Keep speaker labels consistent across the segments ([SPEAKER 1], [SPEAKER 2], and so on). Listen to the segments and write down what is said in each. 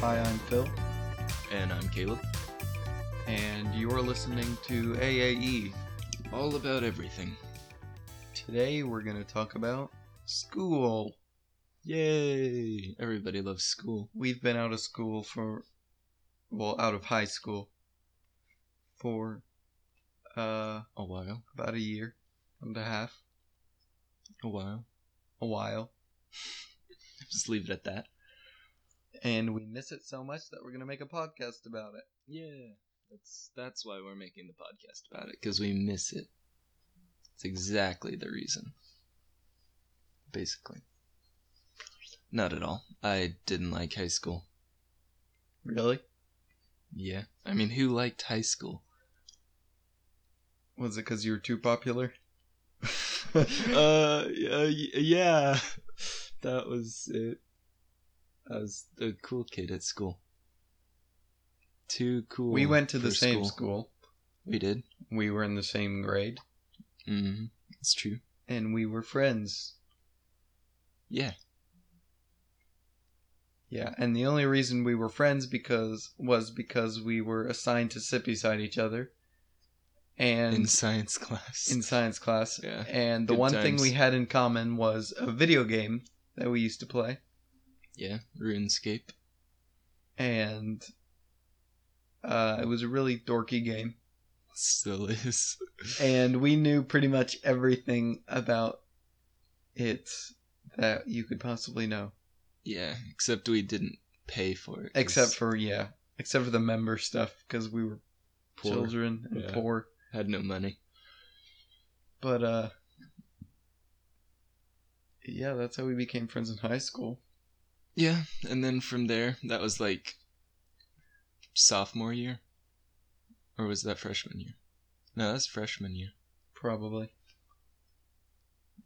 [SPEAKER 1] Hi, I'm Phil,
[SPEAKER 2] And I'm Caleb.
[SPEAKER 1] and you're listening to AAE.
[SPEAKER 2] E, All about everything.
[SPEAKER 1] Today we're going to talk about school.
[SPEAKER 2] Yay! Everybody loves school.
[SPEAKER 1] We've been out of school for, well, out of high school for uh,
[SPEAKER 2] A while.
[SPEAKER 1] about a year and a half,
[SPEAKER 2] A while.
[SPEAKER 1] a while,
[SPEAKER 2] Just leave it at that.
[SPEAKER 1] and we miss it so much that we're going to make a podcast about it.
[SPEAKER 2] Yeah. That's that's why we're making the podcast about it because we miss it. It's exactly the reason. Basically. Not at all. I didn't like high school.
[SPEAKER 1] Really?
[SPEAKER 2] Yeah. I mean, who liked high school?
[SPEAKER 1] Was it because you were too popular?
[SPEAKER 2] uh, y- yeah. That was it. I was a cool kid at school. Too cool.
[SPEAKER 1] we went to the
[SPEAKER 2] for
[SPEAKER 1] same school.
[SPEAKER 2] We did.
[SPEAKER 1] We were in the same grade,
[SPEAKER 2] Mm-hmm. It's true.
[SPEAKER 1] and we were friends.
[SPEAKER 2] Yeah.
[SPEAKER 1] Yeah, and the only reason we were friends because was because we were assigned to sit beside each other, and
[SPEAKER 2] in
[SPEAKER 1] in,
[SPEAKER 2] science class.
[SPEAKER 1] science class.
[SPEAKER 2] yeah.
[SPEAKER 1] And the
[SPEAKER 2] Good
[SPEAKER 1] one thing
[SPEAKER 2] times.
[SPEAKER 1] we had in common was a video game that we used to play,
[SPEAKER 2] Yeah. RuneScape.
[SPEAKER 1] and uh, it was a really dorky game.
[SPEAKER 2] Still is.
[SPEAKER 1] And we knew pretty much everything about it that you could possibly know,
[SPEAKER 2] yeah. Except we didn't pay for it. 'cause
[SPEAKER 1] except for yeah, except for the member stuff because we were
[SPEAKER 2] poor.
[SPEAKER 1] children and
[SPEAKER 2] Yeah.
[SPEAKER 1] poor.
[SPEAKER 2] Had no money.
[SPEAKER 1] But uh yeah, that's how we became friends in high school.
[SPEAKER 2] Yeah. And then from there, that was like sophomore year. Or was that freshman year? No, that's freshman year.
[SPEAKER 1] Probably.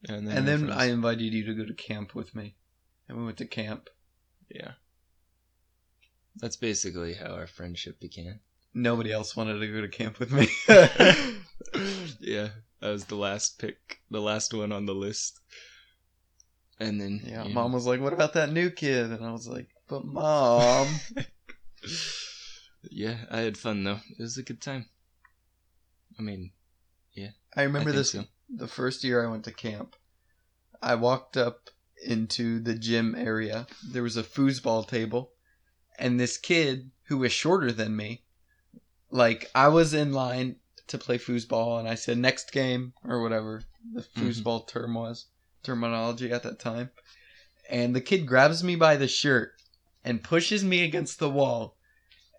[SPEAKER 2] And then,
[SPEAKER 1] And
[SPEAKER 2] we're
[SPEAKER 1] then
[SPEAKER 2] friends.
[SPEAKER 1] I invited you to go to camp with me. And we went to camp.
[SPEAKER 2] Yeah. That's basically how our friendship began.
[SPEAKER 1] Nobody else wanted to go to camp with me.
[SPEAKER 2] yeah, I was the last pick, the last one on the list. And then
[SPEAKER 1] yeah,
[SPEAKER 2] you know,
[SPEAKER 1] mom was like, What about that new kid? And I was like, But mom
[SPEAKER 2] Yeah, I had fun though. It was a good time. I mean,
[SPEAKER 1] I remember
[SPEAKER 2] I think
[SPEAKER 1] this
[SPEAKER 2] so.
[SPEAKER 1] the first year I went to camp. I walked up into the gym area. There was a foosball table, and this kid who was shorter than me, like I was in line to play foosball, and I said next game or whatever the
[SPEAKER 2] Mhm.
[SPEAKER 1] foosball term was terminology at that time, and the kid grabs me by the shirt and pushes me against the wall,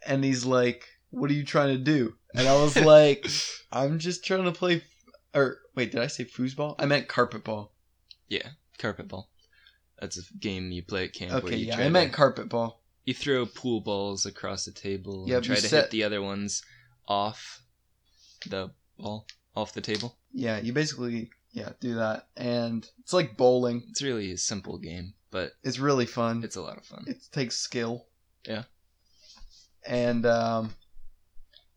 [SPEAKER 1] and he's like, "What are you trying to do?" And I was like, "I'm just trying to play." Or wait, did I say foosball? I meant carpet ball.
[SPEAKER 2] Yeah, carpet ball. That's a game you play at camp. where
[SPEAKER 1] Okay,
[SPEAKER 2] you
[SPEAKER 1] yeah,
[SPEAKER 2] try
[SPEAKER 1] I meant
[SPEAKER 2] to-
[SPEAKER 1] carpet ball.
[SPEAKER 2] you throw pool balls across the table.
[SPEAKER 1] Yeah,
[SPEAKER 2] and try
[SPEAKER 1] you
[SPEAKER 2] to
[SPEAKER 1] set-
[SPEAKER 2] hit the other ones off the ball, off the table.
[SPEAKER 1] Yeah, you basically yeah do that, and it's like bowling.
[SPEAKER 2] It's really a simple game, but
[SPEAKER 1] It's really fun.
[SPEAKER 2] it's a lot of fun.
[SPEAKER 1] it takes skill.
[SPEAKER 2] Yeah.
[SPEAKER 1] And um,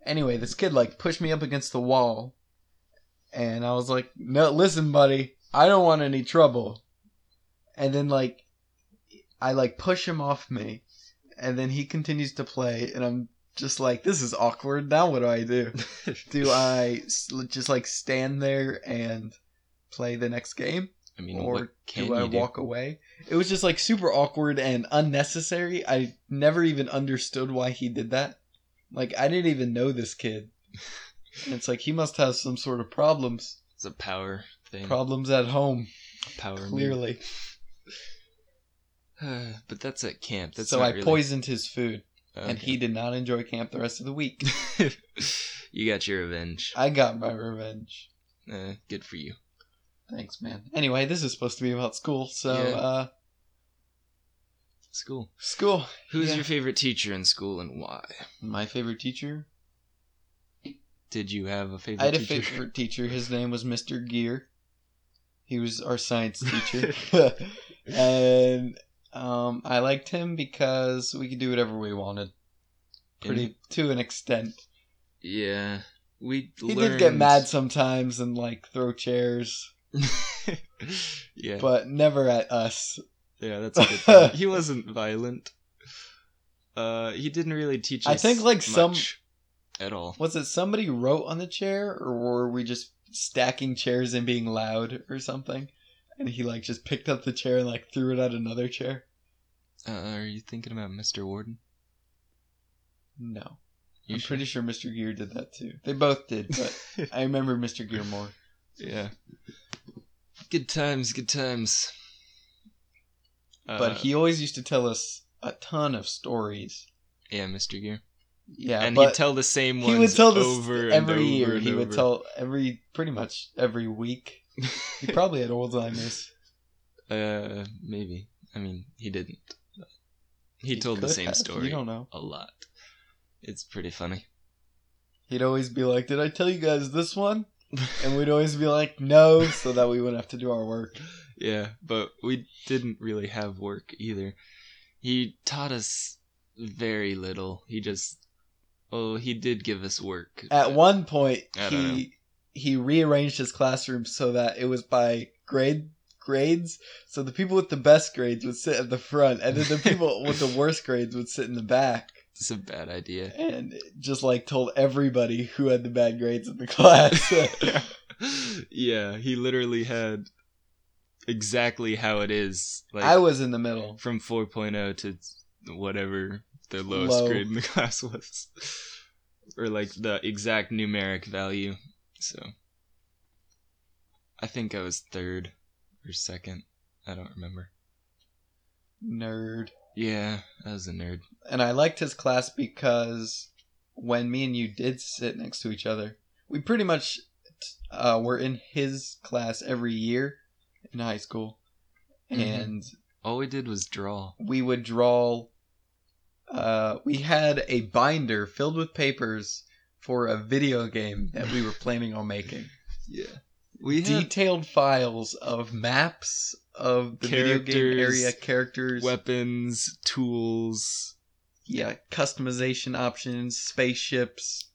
[SPEAKER 1] anyway, this kid like pushed me up against the wall, and I was like, "No, listen, buddy, I don't want any trouble." And then like, I like push him off me, and then he continues to play, and I'm just like, "This is awkward. Now what do I do? Do I s- just like stand there and play the next game?"
[SPEAKER 2] I mean,
[SPEAKER 1] or
[SPEAKER 2] what can
[SPEAKER 1] do
[SPEAKER 2] you
[SPEAKER 1] I
[SPEAKER 2] do?
[SPEAKER 1] walk away? It was just like super awkward and unnecessary. I never even understood why he did that. Like I didn't even know this kid. And it's like he must have some sort of problems.
[SPEAKER 2] It's a power thing.
[SPEAKER 1] Problems at home,
[SPEAKER 2] power move.
[SPEAKER 1] clearly.
[SPEAKER 2] but that's at camp. That's
[SPEAKER 1] so
[SPEAKER 2] not
[SPEAKER 1] I
[SPEAKER 2] really-
[SPEAKER 1] poisoned his food and
[SPEAKER 2] Okay.
[SPEAKER 1] he did not enjoy camp the rest of the week.
[SPEAKER 2] you got your revenge.
[SPEAKER 1] I got my revenge.
[SPEAKER 2] Uh, good for you.
[SPEAKER 1] Thanks, man. Anyway, this is supposed to be about school, so
[SPEAKER 2] Yeah.
[SPEAKER 1] uh
[SPEAKER 2] School.
[SPEAKER 1] school.
[SPEAKER 2] Who's
[SPEAKER 1] Yeah.
[SPEAKER 2] your favorite teacher in school and why?
[SPEAKER 1] My favorite teacher?
[SPEAKER 2] Did you have a favorite
[SPEAKER 1] I had a
[SPEAKER 2] teacher?
[SPEAKER 1] favorite teacher. His name was Mr. Gear. He was our science teacher, and um, I liked him because we could do whatever we wanted, pretty to an extent.
[SPEAKER 2] Yeah. We
[SPEAKER 1] He did get mad sometimes and like throw chairs,
[SPEAKER 2] yeah.
[SPEAKER 1] but never at us.
[SPEAKER 2] yeah, that's a good thing. He wasn't violent. Uh, he didn't really teach.
[SPEAKER 1] I
[SPEAKER 2] us
[SPEAKER 1] think, like, some-
[SPEAKER 2] much at all.
[SPEAKER 1] Was it somebody wrote on the chair, or were we just stacking chairs and being loud or something? And he like just picked up the chair and like threw it at another chair.
[SPEAKER 2] Uh, are you thinking about Mr. Warden?
[SPEAKER 1] No,
[SPEAKER 2] You
[SPEAKER 1] I'm
[SPEAKER 2] sure?
[SPEAKER 1] pretty sure Mr. Gear did that too. They both did, but I remember Mr. Gear more.
[SPEAKER 2] yeah. Good times, good times.
[SPEAKER 1] But
[SPEAKER 2] Uh,
[SPEAKER 1] he always used to tell us a ton of stories.
[SPEAKER 2] yeah, Mr. Gear,
[SPEAKER 1] Yeah,
[SPEAKER 2] and
[SPEAKER 1] but
[SPEAKER 2] he'd tell the same
[SPEAKER 1] he
[SPEAKER 2] ones
[SPEAKER 1] would tell this
[SPEAKER 2] over and
[SPEAKER 1] every
[SPEAKER 2] over
[SPEAKER 1] year.
[SPEAKER 2] and
[SPEAKER 1] He would
[SPEAKER 2] over.
[SPEAKER 1] tell every pretty much every week. He probably had Alzheimer's.
[SPEAKER 2] uh, maybe. I mean, he didn't. He, told the
[SPEAKER 1] could
[SPEAKER 2] same
[SPEAKER 1] have,
[SPEAKER 2] story
[SPEAKER 1] You don't know.
[SPEAKER 2] a lot. It's pretty funny.
[SPEAKER 1] He'd always be like, "Did I tell you guys this one?" And we'd always be like, "No," so that we wouldn't have to do our work.
[SPEAKER 2] Yeah, but we didn't really have work either. He taught us very little. He just, oh, he did give us work.
[SPEAKER 1] At
[SPEAKER 2] but-
[SPEAKER 1] one point,
[SPEAKER 2] I don't know.
[SPEAKER 1] he he rearranged his classroom so that it was by grade grades. So the people with the best grades would sit at the front, and then the people with the worst grades would sit in the back.
[SPEAKER 2] It's a bad idea.
[SPEAKER 1] And just like told everybody who had the bad grades in the class.
[SPEAKER 2] yeah, he literally had exactly how it is, like
[SPEAKER 1] I was in the middle.
[SPEAKER 2] from 4.0 to whatever the lowest
[SPEAKER 1] Low.
[SPEAKER 2] grade in the class was, or like the exact numeric value. So I think I was third or second. I don't remember.
[SPEAKER 1] Nerd.
[SPEAKER 2] Yeah, I was a nerd.
[SPEAKER 1] and I liked his class because when me and you did sit next to each other, we pretty much uh, were in his class every year in high school,
[SPEAKER 2] Mhm.
[SPEAKER 1] and
[SPEAKER 2] All we did was draw.
[SPEAKER 1] we would draw. Uh, we had a binder filled with papers for a video game that we were planning on making.
[SPEAKER 2] Yeah. We had
[SPEAKER 1] Detailed files of maps of the video game
[SPEAKER 2] Characters,
[SPEAKER 1] area, characters,
[SPEAKER 2] weapons, tools,
[SPEAKER 1] yeah, customization options, spaceships,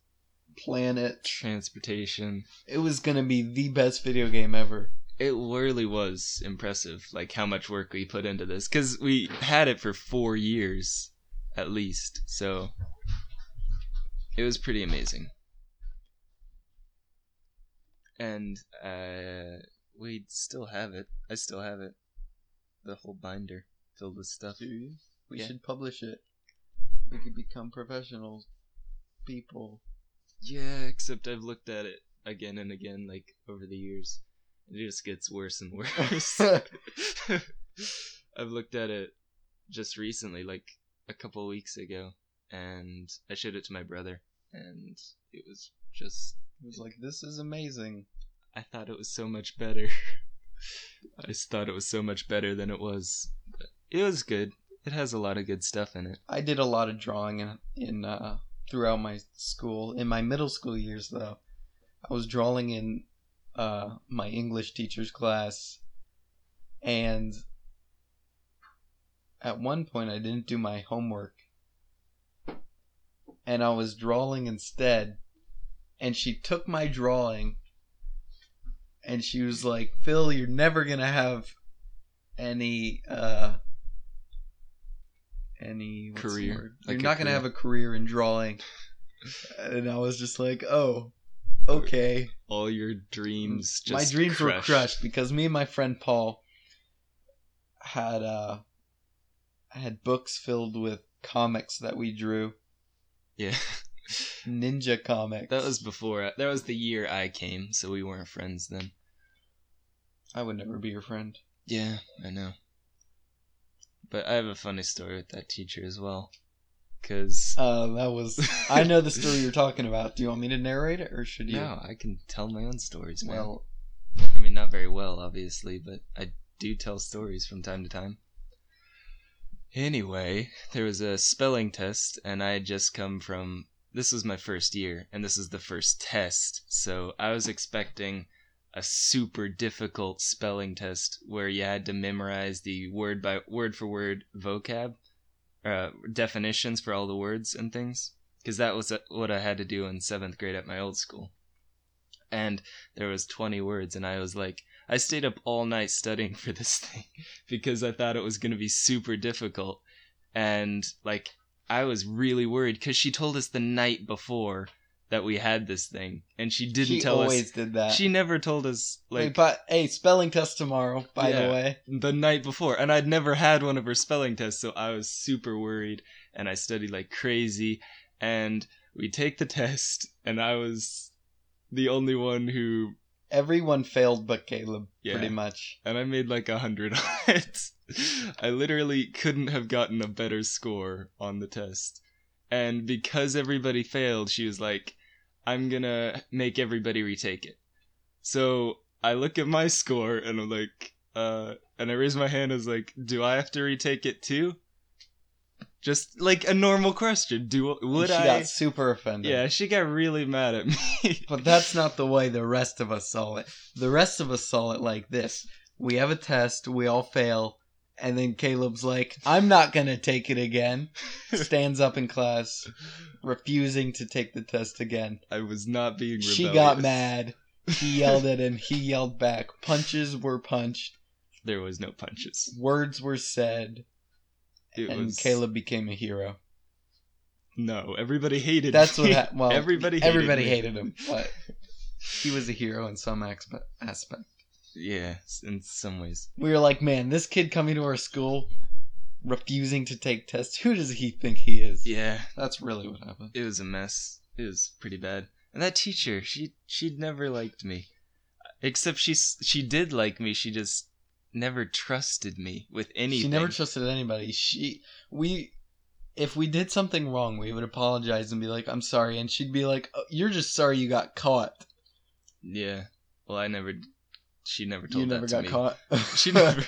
[SPEAKER 1] planets.
[SPEAKER 2] transportation.
[SPEAKER 1] It was gonna be the best video game ever.
[SPEAKER 2] it really was impressive like how much work we put into this because we had it for four years at least so it was pretty amazing and uh we still have it i still have it the whole binder filled with stuff
[SPEAKER 1] We
[SPEAKER 2] Yeah.
[SPEAKER 1] should publish it. We could become professional people.
[SPEAKER 2] yeah except i've looked at it again and again like over the years it just gets worse and worse I've looked at it just recently, like a couple weeks ago, and I showed it to my brother, and it was just.
[SPEAKER 1] It was like this is amazing.
[SPEAKER 2] I thought it was so much better. I just thought it was so much better than it was. But it was good. It has a lot of good stuff in it.
[SPEAKER 1] I did a lot of drawing in, in uh, throughout my school. In my middle school years, though, I was drawing in uh, my English teacher's class, and at one point I didn't do my homework, and I was drawing instead, and she took my drawing, and she was like, "Phil, you're never gonna have any." Uh, any what's the
[SPEAKER 2] Career,
[SPEAKER 1] word?
[SPEAKER 2] like
[SPEAKER 1] you're
[SPEAKER 2] a
[SPEAKER 1] not gonna
[SPEAKER 2] career.
[SPEAKER 1] have a career in drawing and i was just like oh okay
[SPEAKER 2] All your dreams just.
[SPEAKER 1] my dreams were
[SPEAKER 2] crushed.
[SPEAKER 1] crushed because me and my friend paul had uh had books filled with comics that we drew
[SPEAKER 2] Yeah.
[SPEAKER 1] ninja comics
[SPEAKER 2] That was before. I- That was the year I came, so we weren't friends then.
[SPEAKER 1] i would never be your friend
[SPEAKER 2] Yeah, I know. But I have a funny story with that teacher as well. Because.
[SPEAKER 1] uh that was i know the story you're talking about do you want me to narrate it or should you
[SPEAKER 2] No, I can tell my own stories, man.
[SPEAKER 1] well
[SPEAKER 2] I mean, not very well, obviously, but I do tell stories from time to time. Anyway, there was a spelling test, and I had just come from. This was my first year, and this is the first test, so I was expecting a super difficult spelling test where you had to memorize the word by word for word vocab uh, definitions for all the words and things because that was uh, what I had to do in seventh grade at my old school, and there was 20 words, and I was like, I stayed up all night studying for this thing because I thought it was gonna be super difficult, and like I was really worried because she told us the night before that we had this thing, and she didn't
[SPEAKER 1] she
[SPEAKER 2] tell
[SPEAKER 1] always did that.
[SPEAKER 2] us. She never told us
[SPEAKER 1] Wait,
[SPEAKER 2] like
[SPEAKER 1] but hey, spelling test tomorrow. By the
[SPEAKER 2] Yeah.
[SPEAKER 1] way,
[SPEAKER 2] the night before, and I'd never had one of her spelling tests, so I was super worried, and I studied like crazy, and we take the test, and I was the only one who,
[SPEAKER 1] everyone failed but Caleb,
[SPEAKER 2] Yeah.
[SPEAKER 1] pretty much.
[SPEAKER 2] and I made like a hundred on it. I literally couldn't have gotten a better score on the test, and because everybody failed, she was like, "I'm gonna make everybody retake it." So I look at my score, and I'm like, uh, and I raise my hand. I was like, "Do I have to retake it too?" Just like a normal question. Do
[SPEAKER 1] And
[SPEAKER 2] would
[SPEAKER 1] she
[SPEAKER 2] I?
[SPEAKER 1] got super offended.
[SPEAKER 2] yeah, she got really mad at me.
[SPEAKER 1] But that's not the way the rest of us saw it. The rest of us saw it like this. We have a test, we all fail, and then Caleb's like, I'm not going to take it again. Stands up in class, refusing to take the test again.
[SPEAKER 2] I was not being. Rebellious.
[SPEAKER 1] She got mad. He yelled at him, he yelled back. Punches were punched,
[SPEAKER 2] There was no punches.
[SPEAKER 1] words were said,
[SPEAKER 2] It
[SPEAKER 1] and
[SPEAKER 2] was
[SPEAKER 1] Caleb became a hero.
[SPEAKER 2] No, everybody hated.
[SPEAKER 1] That's
[SPEAKER 2] me.
[SPEAKER 1] what happened. Well,
[SPEAKER 2] everybody hated
[SPEAKER 1] everybody
[SPEAKER 2] me.
[SPEAKER 1] hated him, but he was a hero in some expe- aspect.
[SPEAKER 2] Yeah, s- in some ways.
[SPEAKER 1] we were like, man, this kid coming to our school, refusing to take tests. Who does he think he is?
[SPEAKER 2] Yeah,
[SPEAKER 1] That's really what happened.
[SPEAKER 2] it was a mess. It was pretty bad. And that teacher, she she'd never liked me, except she s- she did like me. She just never trusted me with anything.
[SPEAKER 1] She never trusted anybody. She, we, if we did something wrong, we would apologize and be like, I'm sorry, and she'd be like, oh, you're just sorry you got caught.
[SPEAKER 2] yeah. Well, I never. She never told
[SPEAKER 1] You never
[SPEAKER 2] that to
[SPEAKER 1] got
[SPEAKER 2] me.
[SPEAKER 1] caught.
[SPEAKER 2] She never.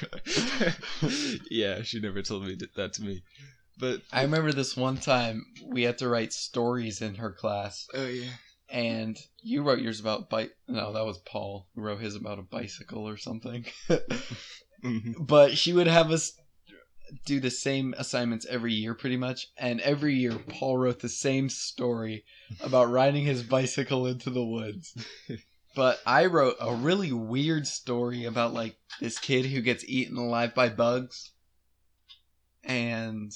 [SPEAKER 2] yeah, she never told me th- that to me. But
[SPEAKER 1] I remember this one time we had to write stories in her class,
[SPEAKER 2] oh yeah,
[SPEAKER 1] and you wrote yours about bike. No, that was Paul who wrote his about a bicycle or something.
[SPEAKER 2] Mhm.
[SPEAKER 1] but she would have us do the same assignments every year pretty much and every year paul wrote the same story about riding his bicycle into the woods but i wrote a really weird story about like this kid who gets eaten alive by bugs and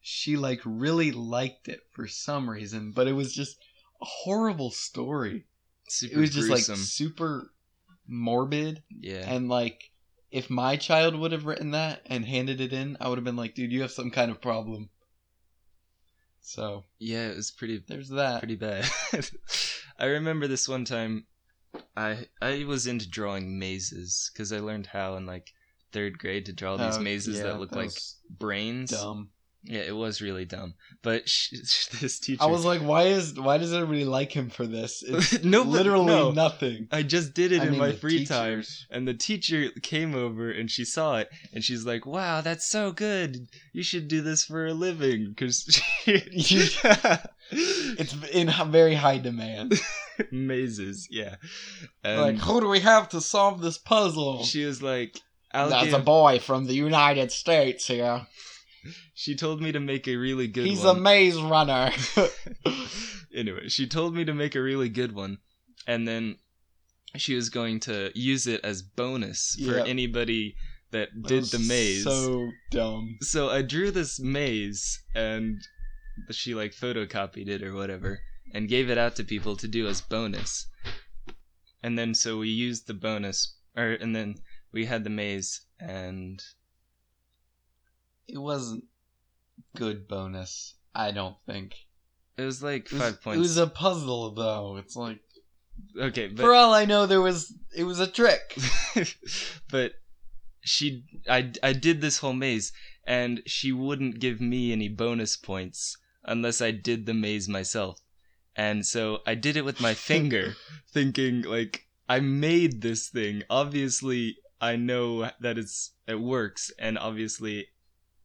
[SPEAKER 1] she like really liked it for some reason but it was just a horrible story
[SPEAKER 2] super
[SPEAKER 1] it was just
[SPEAKER 2] gruesome.
[SPEAKER 1] like super morbid
[SPEAKER 2] yeah,
[SPEAKER 1] and like, if my child would have written that and handed it in, I would have been like, dude, you have some kind of problem. So
[SPEAKER 2] yeah, it was pretty
[SPEAKER 1] there's that.
[SPEAKER 2] pretty bad. I remember this one time, I I was into drawing mazes because I learned how in like third grade to draw these
[SPEAKER 1] Oh,
[SPEAKER 2] mazes
[SPEAKER 1] yeah,
[SPEAKER 2] that look like
[SPEAKER 1] was
[SPEAKER 2] brains.
[SPEAKER 1] dumb.
[SPEAKER 2] Yeah, it was really dumb. But sh- this teacher,
[SPEAKER 1] I was like, why is why does everybody like him for this? It's
[SPEAKER 2] no, but-
[SPEAKER 1] literally
[SPEAKER 2] no.
[SPEAKER 1] nothing.
[SPEAKER 2] I just did it
[SPEAKER 1] I
[SPEAKER 2] in
[SPEAKER 1] mean,
[SPEAKER 2] my
[SPEAKER 1] the
[SPEAKER 2] free time.
[SPEAKER 1] teachers-
[SPEAKER 2] And the teacher came over and she saw it and she's like, "Wow, that's so good! You should do this for a living." Because
[SPEAKER 1] It's in h- very high demand.
[SPEAKER 2] mazes, yeah.
[SPEAKER 1] like,
[SPEAKER 2] And
[SPEAKER 1] who do we have to solve this puzzle?
[SPEAKER 2] she was like,
[SPEAKER 1] That's
[SPEAKER 2] "Alligator
[SPEAKER 1] a boy from the United States here.
[SPEAKER 2] She told me to make a really good
[SPEAKER 1] He's a
[SPEAKER 2] one.
[SPEAKER 1] maze runner.
[SPEAKER 2] anyway, she told me to make a really good one, and then she was going to use it as bonus for
[SPEAKER 1] Yep.
[SPEAKER 2] anybody that did the maze.
[SPEAKER 1] So dumb.
[SPEAKER 2] So I drew this maze, and she like photocopied it or whatever, and gave it out to people to do as bonus. And then so we used the bonus, or and then we had the maze, and
[SPEAKER 1] it wasn't good bonus. I don't think.
[SPEAKER 2] it was like
[SPEAKER 1] It was,
[SPEAKER 2] five points.
[SPEAKER 1] It was a puzzle though. It's like
[SPEAKER 2] okay, but
[SPEAKER 1] for all I know, there was it was a trick.
[SPEAKER 2] but she I, I did this whole maze and she wouldn't give me any bonus points unless I did the maze myself. And so I did it with my finger thinking like I made this thing. Obviously I know that it's it works and obviously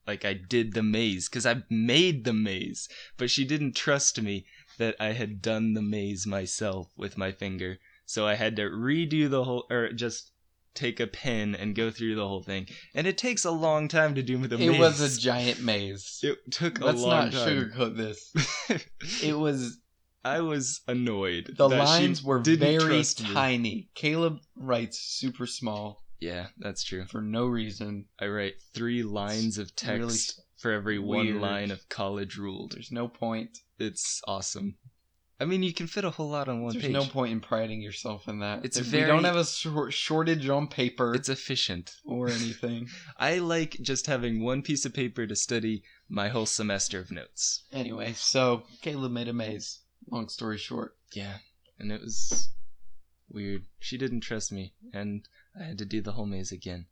[SPEAKER 2] like I did the maze cuz I made the maze, but she didn't trust me that I had done the maze myself with my finger. So I had to redo the whole or just take a pen and go through the whole thing. And it takes a long time to do the
[SPEAKER 1] it
[SPEAKER 2] maze.
[SPEAKER 1] was a giant maze.
[SPEAKER 2] It took a
[SPEAKER 1] Let's
[SPEAKER 2] long
[SPEAKER 1] not
[SPEAKER 2] time.
[SPEAKER 1] sugarcoat this. It was
[SPEAKER 2] I was annoyed.
[SPEAKER 1] the
[SPEAKER 2] that she
[SPEAKER 1] lines were
[SPEAKER 2] didn't
[SPEAKER 1] very
[SPEAKER 2] trust me.
[SPEAKER 1] tiny. Caleb writes super small
[SPEAKER 2] Yeah, that's true.
[SPEAKER 1] for no reason.
[SPEAKER 2] I write three lines of text
[SPEAKER 1] Really s-
[SPEAKER 2] for every one
[SPEAKER 1] Weird.
[SPEAKER 2] line of college ruled.
[SPEAKER 1] There's no point.
[SPEAKER 2] It's awesome. I mean, you can fit a whole lot on one
[SPEAKER 1] There's
[SPEAKER 2] page.
[SPEAKER 1] no point in priding yourself in that.
[SPEAKER 2] It's
[SPEAKER 1] If
[SPEAKER 2] very-
[SPEAKER 1] we don't have a shor- shortage on paper
[SPEAKER 2] it's efficient.
[SPEAKER 1] or anything.
[SPEAKER 2] I like just having one piece of paper to study my whole semester of notes.
[SPEAKER 1] anyway, so Caleb made a maze. Long story short,
[SPEAKER 2] Yeah, and it was weird. She didn't trust me, and I had to do the whole maze again,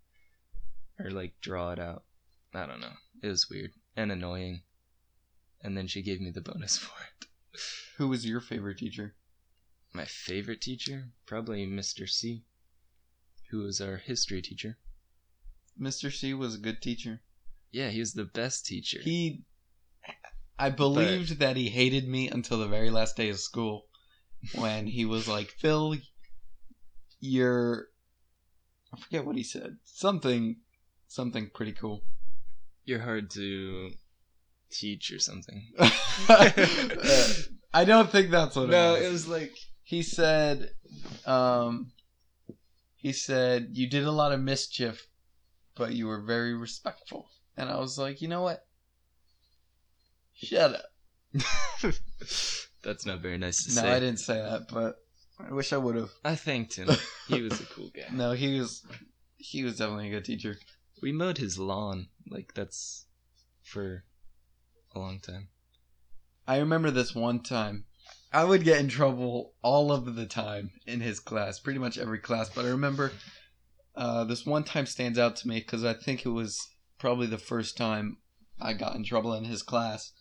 [SPEAKER 2] or like draw it out. I don't know. It was weird and annoying. And then she gave me the bonus for it.
[SPEAKER 1] who was your favorite teacher?
[SPEAKER 2] My favorite teacher, probably Mr. C, who was our history teacher.
[SPEAKER 1] Mr. C was a good teacher.
[SPEAKER 2] Yeah, he was the best teacher.
[SPEAKER 1] He, I believed that he hated me until the very last day of school, when he was like, "Phil, you're," I forget what he said. Something, something pretty cool.
[SPEAKER 2] You're hard to teach or something.
[SPEAKER 1] Uh, I don't think that's what.
[SPEAKER 2] no,
[SPEAKER 1] it was.
[SPEAKER 2] it was like
[SPEAKER 1] he said um he said you did a lot of mischief but you were very respectful and i was like you know what shut up
[SPEAKER 2] that's not very nice to
[SPEAKER 1] no
[SPEAKER 2] say.
[SPEAKER 1] i didn't say that but i wish i would have
[SPEAKER 2] I thanked him. He was a cool guy.
[SPEAKER 1] no he was he was definitely a good teacher
[SPEAKER 2] We mowed his lawn. Like that's for a long time.
[SPEAKER 1] i remember this one time i would get in trouble all of the time in his class pretty much every class but i remember uh, this one time stands out to me because i think it was probably the first time i got in trouble in his class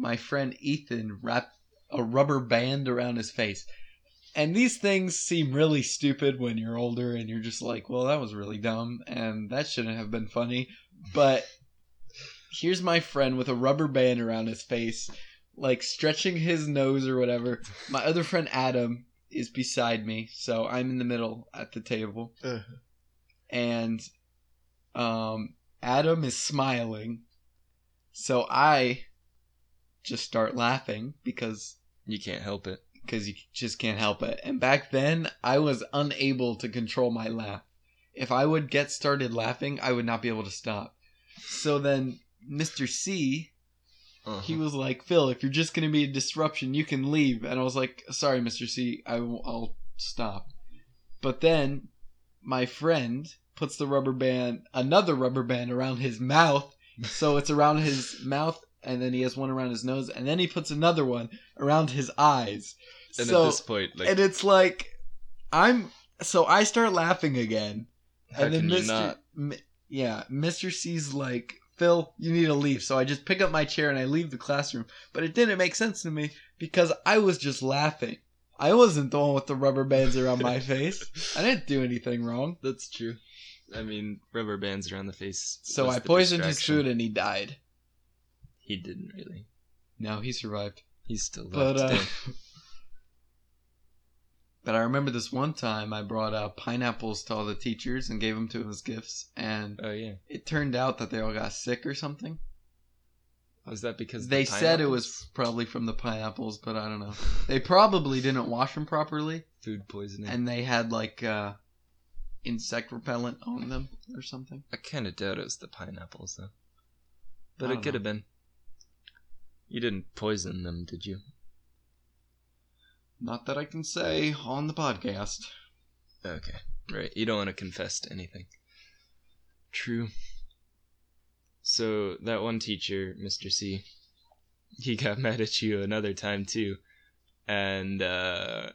[SPEAKER 1] my friend Ethan wrapped a rubber band around his face. And these things seem really stupid when you're older and you're just like, well, that was really dumb and that shouldn't have been funny. But here's my friend with a rubber band around his face, like stretching his nose or whatever. My other friend Adam is beside me, so I'm in the middle at the table.
[SPEAKER 2] Uh-huh.
[SPEAKER 1] And um, Adam is smiling. So I just start laughing because
[SPEAKER 2] You can't help it.
[SPEAKER 1] because you just can't help it. And back then, I was unable to control my laugh. If I would get started laughing, I would not be able to stop. So then Mr. C,
[SPEAKER 2] Uh-huh.
[SPEAKER 1] he was like, "Phil, if you're just going to be a disruption, you can leave." And I was like, "Sorry, Mr. C, I w- I'll stop." But then my friend puts the rubber band, another rubber band around his mouth, so it's around his mouth, and then he has one around his nose, and then he puts another one around his eyes.
[SPEAKER 2] and
[SPEAKER 1] so
[SPEAKER 2] at this point, like,
[SPEAKER 1] and it's like I'm so I start laughing again,
[SPEAKER 2] how
[SPEAKER 1] and then
[SPEAKER 2] can you
[SPEAKER 1] Mr.
[SPEAKER 2] not?
[SPEAKER 1] M- yeah, Mr. C's like, Phil, you need to leave. So I just pick up my chair and I leave the classroom. But it didn't make sense to me because I was just laughing. I wasn't the one with the rubber bands around my face. I didn't do anything wrong.
[SPEAKER 2] That's true. I mean, rubber bands around the face.
[SPEAKER 1] So
[SPEAKER 2] was
[SPEAKER 1] I
[SPEAKER 2] the
[SPEAKER 1] poisoned his
[SPEAKER 2] distraction.
[SPEAKER 1] food and he died.
[SPEAKER 2] He didn't really.
[SPEAKER 1] No, he survived.
[SPEAKER 2] He's still
[SPEAKER 1] But
[SPEAKER 2] left.
[SPEAKER 1] uh,
[SPEAKER 2] dead.
[SPEAKER 1] but I remember this one time I brought uh, pineapples to all the teachers and gave them to him as gifts, and
[SPEAKER 2] Oh yeah.
[SPEAKER 1] it turned out that they all got sick or something.
[SPEAKER 2] Was that because
[SPEAKER 1] They
[SPEAKER 2] the
[SPEAKER 1] said it was
[SPEAKER 2] pineapples?
[SPEAKER 1] probably from the pineapples, but I don't know. They probably didn't wash them properly,
[SPEAKER 2] food poisoning?
[SPEAKER 1] and they had like uh, insect repellent on them or something.
[SPEAKER 2] I kind of doubt it was the pineapples though. But
[SPEAKER 1] I
[SPEAKER 2] it
[SPEAKER 1] don't
[SPEAKER 2] could
[SPEAKER 1] know.
[SPEAKER 2] have been. You didn't poison them, did you?
[SPEAKER 1] Not that I can say on the podcast.
[SPEAKER 2] Okay. Right. You don't want to confess to anything. True. So that one teacher, Mr. C, he got mad at you another time too, and uh,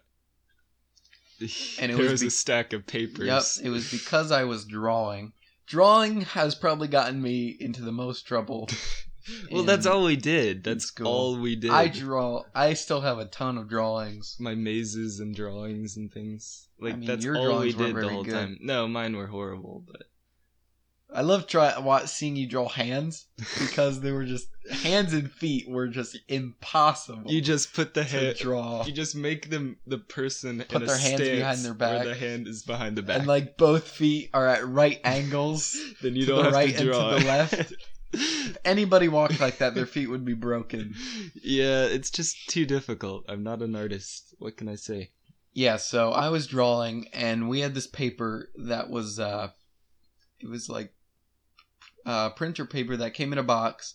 [SPEAKER 1] And it
[SPEAKER 2] there
[SPEAKER 1] was
[SPEAKER 2] was,
[SPEAKER 1] be-
[SPEAKER 2] a stack of papers.
[SPEAKER 1] Yep, it was because I was drawing. Drawing has probably gotten me into the most trouble.
[SPEAKER 2] well, that's
[SPEAKER 1] in-
[SPEAKER 2] all we did.
[SPEAKER 1] in
[SPEAKER 2] That's
[SPEAKER 1] school.
[SPEAKER 2] all we did.
[SPEAKER 1] I draw. I still have a ton of drawings.
[SPEAKER 2] my mazes and drawings and things. Like
[SPEAKER 1] mean,
[SPEAKER 2] that's
[SPEAKER 1] your
[SPEAKER 2] all we
[SPEAKER 1] drawings weren't
[SPEAKER 2] did the
[SPEAKER 1] very
[SPEAKER 2] whole
[SPEAKER 1] good.
[SPEAKER 2] time. No, mine were horrible, but
[SPEAKER 1] I love try wa- seeing you draw hands because they were just hands and feet were just impossible
[SPEAKER 2] you just put the
[SPEAKER 1] Oh. to
[SPEAKER 2] head
[SPEAKER 1] draw.
[SPEAKER 2] You just make them the person
[SPEAKER 1] Put
[SPEAKER 2] in
[SPEAKER 1] their
[SPEAKER 2] a
[SPEAKER 1] hands
[SPEAKER 2] stance
[SPEAKER 1] behind their back.
[SPEAKER 2] where the hand is behind the back.
[SPEAKER 1] And like both feet are at right angles.
[SPEAKER 2] then you
[SPEAKER 1] to
[SPEAKER 2] don't
[SPEAKER 1] the
[SPEAKER 2] have
[SPEAKER 1] right
[SPEAKER 2] to
[SPEAKER 1] and to
[SPEAKER 2] draw
[SPEAKER 1] the left.
[SPEAKER 2] left.
[SPEAKER 1] Anybody walked like that, their feet would be broken.
[SPEAKER 2] yeah, it's just too difficult. I'm not an artist. What can I say?
[SPEAKER 1] Yeah, so I was drawing, and we had this paper that was, uh, it was like uh, printer paper that came in a box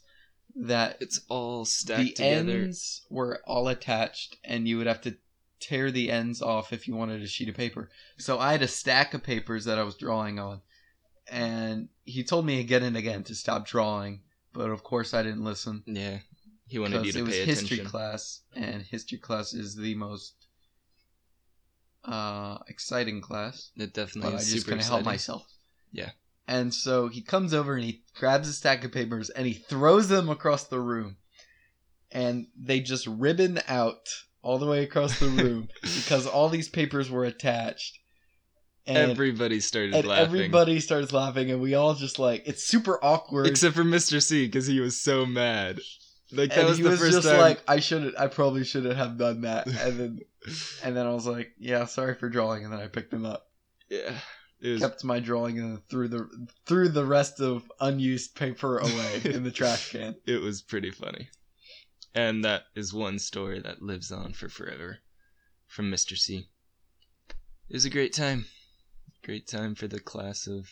[SPEAKER 1] that
[SPEAKER 2] It's all
[SPEAKER 1] the
[SPEAKER 2] stacked together.
[SPEAKER 1] ends were all attached and you would have to tear the ends off if you wanted a sheet of paper so i had a stack of papers that i was drawing on and he told me again and again to stop drawing but of course i didn't listen
[SPEAKER 2] Yeah. He wanted you
[SPEAKER 1] because
[SPEAKER 2] to
[SPEAKER 1] it was
[SPEAKER 2] pay
[SPEAKER 1] history
[SPEAKER 2] attention.
[SPEAKER 1] class and history class is the most uh, exciting class
[SPEAKER 2] It definitely
[SPEAKER 1] but i
[SPEAKER 2] is
[SPEAKER 1] just
[SPEAKER 2] super
[SPEAKER 1] couldn't help
[SPEAKER 2] exciting.
[SPEAKER 1] myself
[SPEAKER 2] Yeah.
[SPEAKER 1] and so he comes over and he grabs a stack of papers and he throws them across the room and they just ribbon out all the way across the room because all these papers were attached and,
[SPEAKER 2] everybody started
[SPEAKER 1] and
[SPEAKER 2] laughing.
[SPEAKER 1] everybody starts laughing and we all just like it's super awkward
[SPEAKER 2] Except for Mr. C, because he was so mad. Like that
[SPEAKER 1] and
[SPEAKER 2] was
[SPEAKER 1] he
[SPEAKER 2] the
[SPEAKER 1] was
[SPEAKER 2] first
[SPEAKER 1] just
[SPEAKER 2] time.
[SPEAKER 1] like i shouldn't i probably shouldn't have done that and then and then i was like yeah sorry for drawing and then i picked them up
[SPEAKER 2] yeah, it was
[SPEAKER 1] kept my drawing and threw the threw the rest of unused paper away in the trash can
[SPEAKER 2] it was pretty funny. And that is one story that lives on for forever from Mr. C. It was a great time. Great time for the class of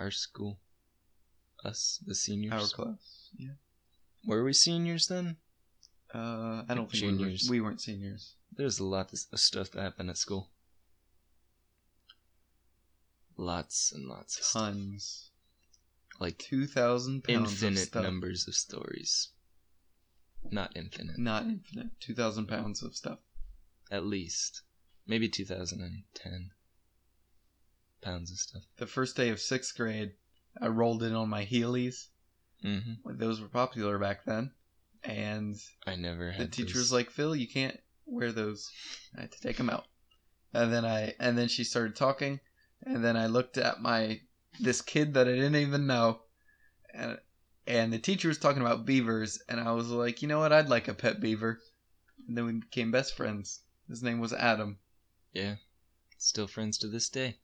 [SPEAKER 2] our school. Us, the seniors.
[SPEAKER 1] our class yeah
[SPEAKER 2] Were we seniors then?
[SPEAKER 1] uh i don't think
[SPEAKER 2] Juniors.
[SPEAKER 1] We, were, we weren't seniors
[SPEAKER 2] There's a lot of stuff that happened at school. Lots and lots of stuff.
[SPEAKER 1] tons
[SPEAKER 2] Like
[SPEAKER 1] 2000 pounds of
[SPEAKER 2] infinite
[SPEAKER 1] stuff
[SPEAKER 2] numbers of stories. Not infinite.
[SPEAKER 1] not infinite 2000 pounds of stuff
[SPEAKER 2] At least. Maybe 2010. Pounds of stuff.
[SPEAKER 1] the first day of sixth grade i rolled in on my heelys
[SPEAKER 2] hmm
[SPEAKER 1] those were popular back then and
[SPEAKER 2] I never
[SPEAKER 1] the
[SPEAKER 2] had
[SPEAKER 1] teacher
[SPEAKER 2] those.
[SPEAKER 1] was like, "Phil, you can't wear those." I had to take them out. And then I and then she started talking, and then I looked at my this kid that I didn't even know, and and the teacher was talking about beavers, and I was like, "You know what? I'd like a pet beaver." And then we became best friends. His name was Adam.
[SPEAKER 2] Still friends to this day.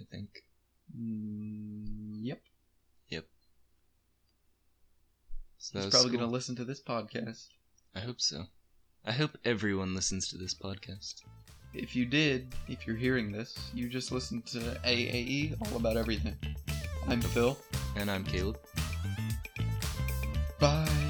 [SPEAKER 2] I think.
[SPEAKER 1] Mm, yep,
[SPEAKER 2] So that
[SPEAKER 1] he's
[SPEAKER 2] was
[SPEAKER 1] probably
[SPEAKER 2] school.
[SPEAKER 1] gonna listen to this podcast.
[SPEAKER 2] I hope so. I hope everyone listens to this podcast.
[SPEAKER 1] If you did, if you're hearing this, you just listened to AAE all about everything. I'm Phil.
[SPEAKER 2] And I'm Caleb.
[SPEAKER 1] Bye.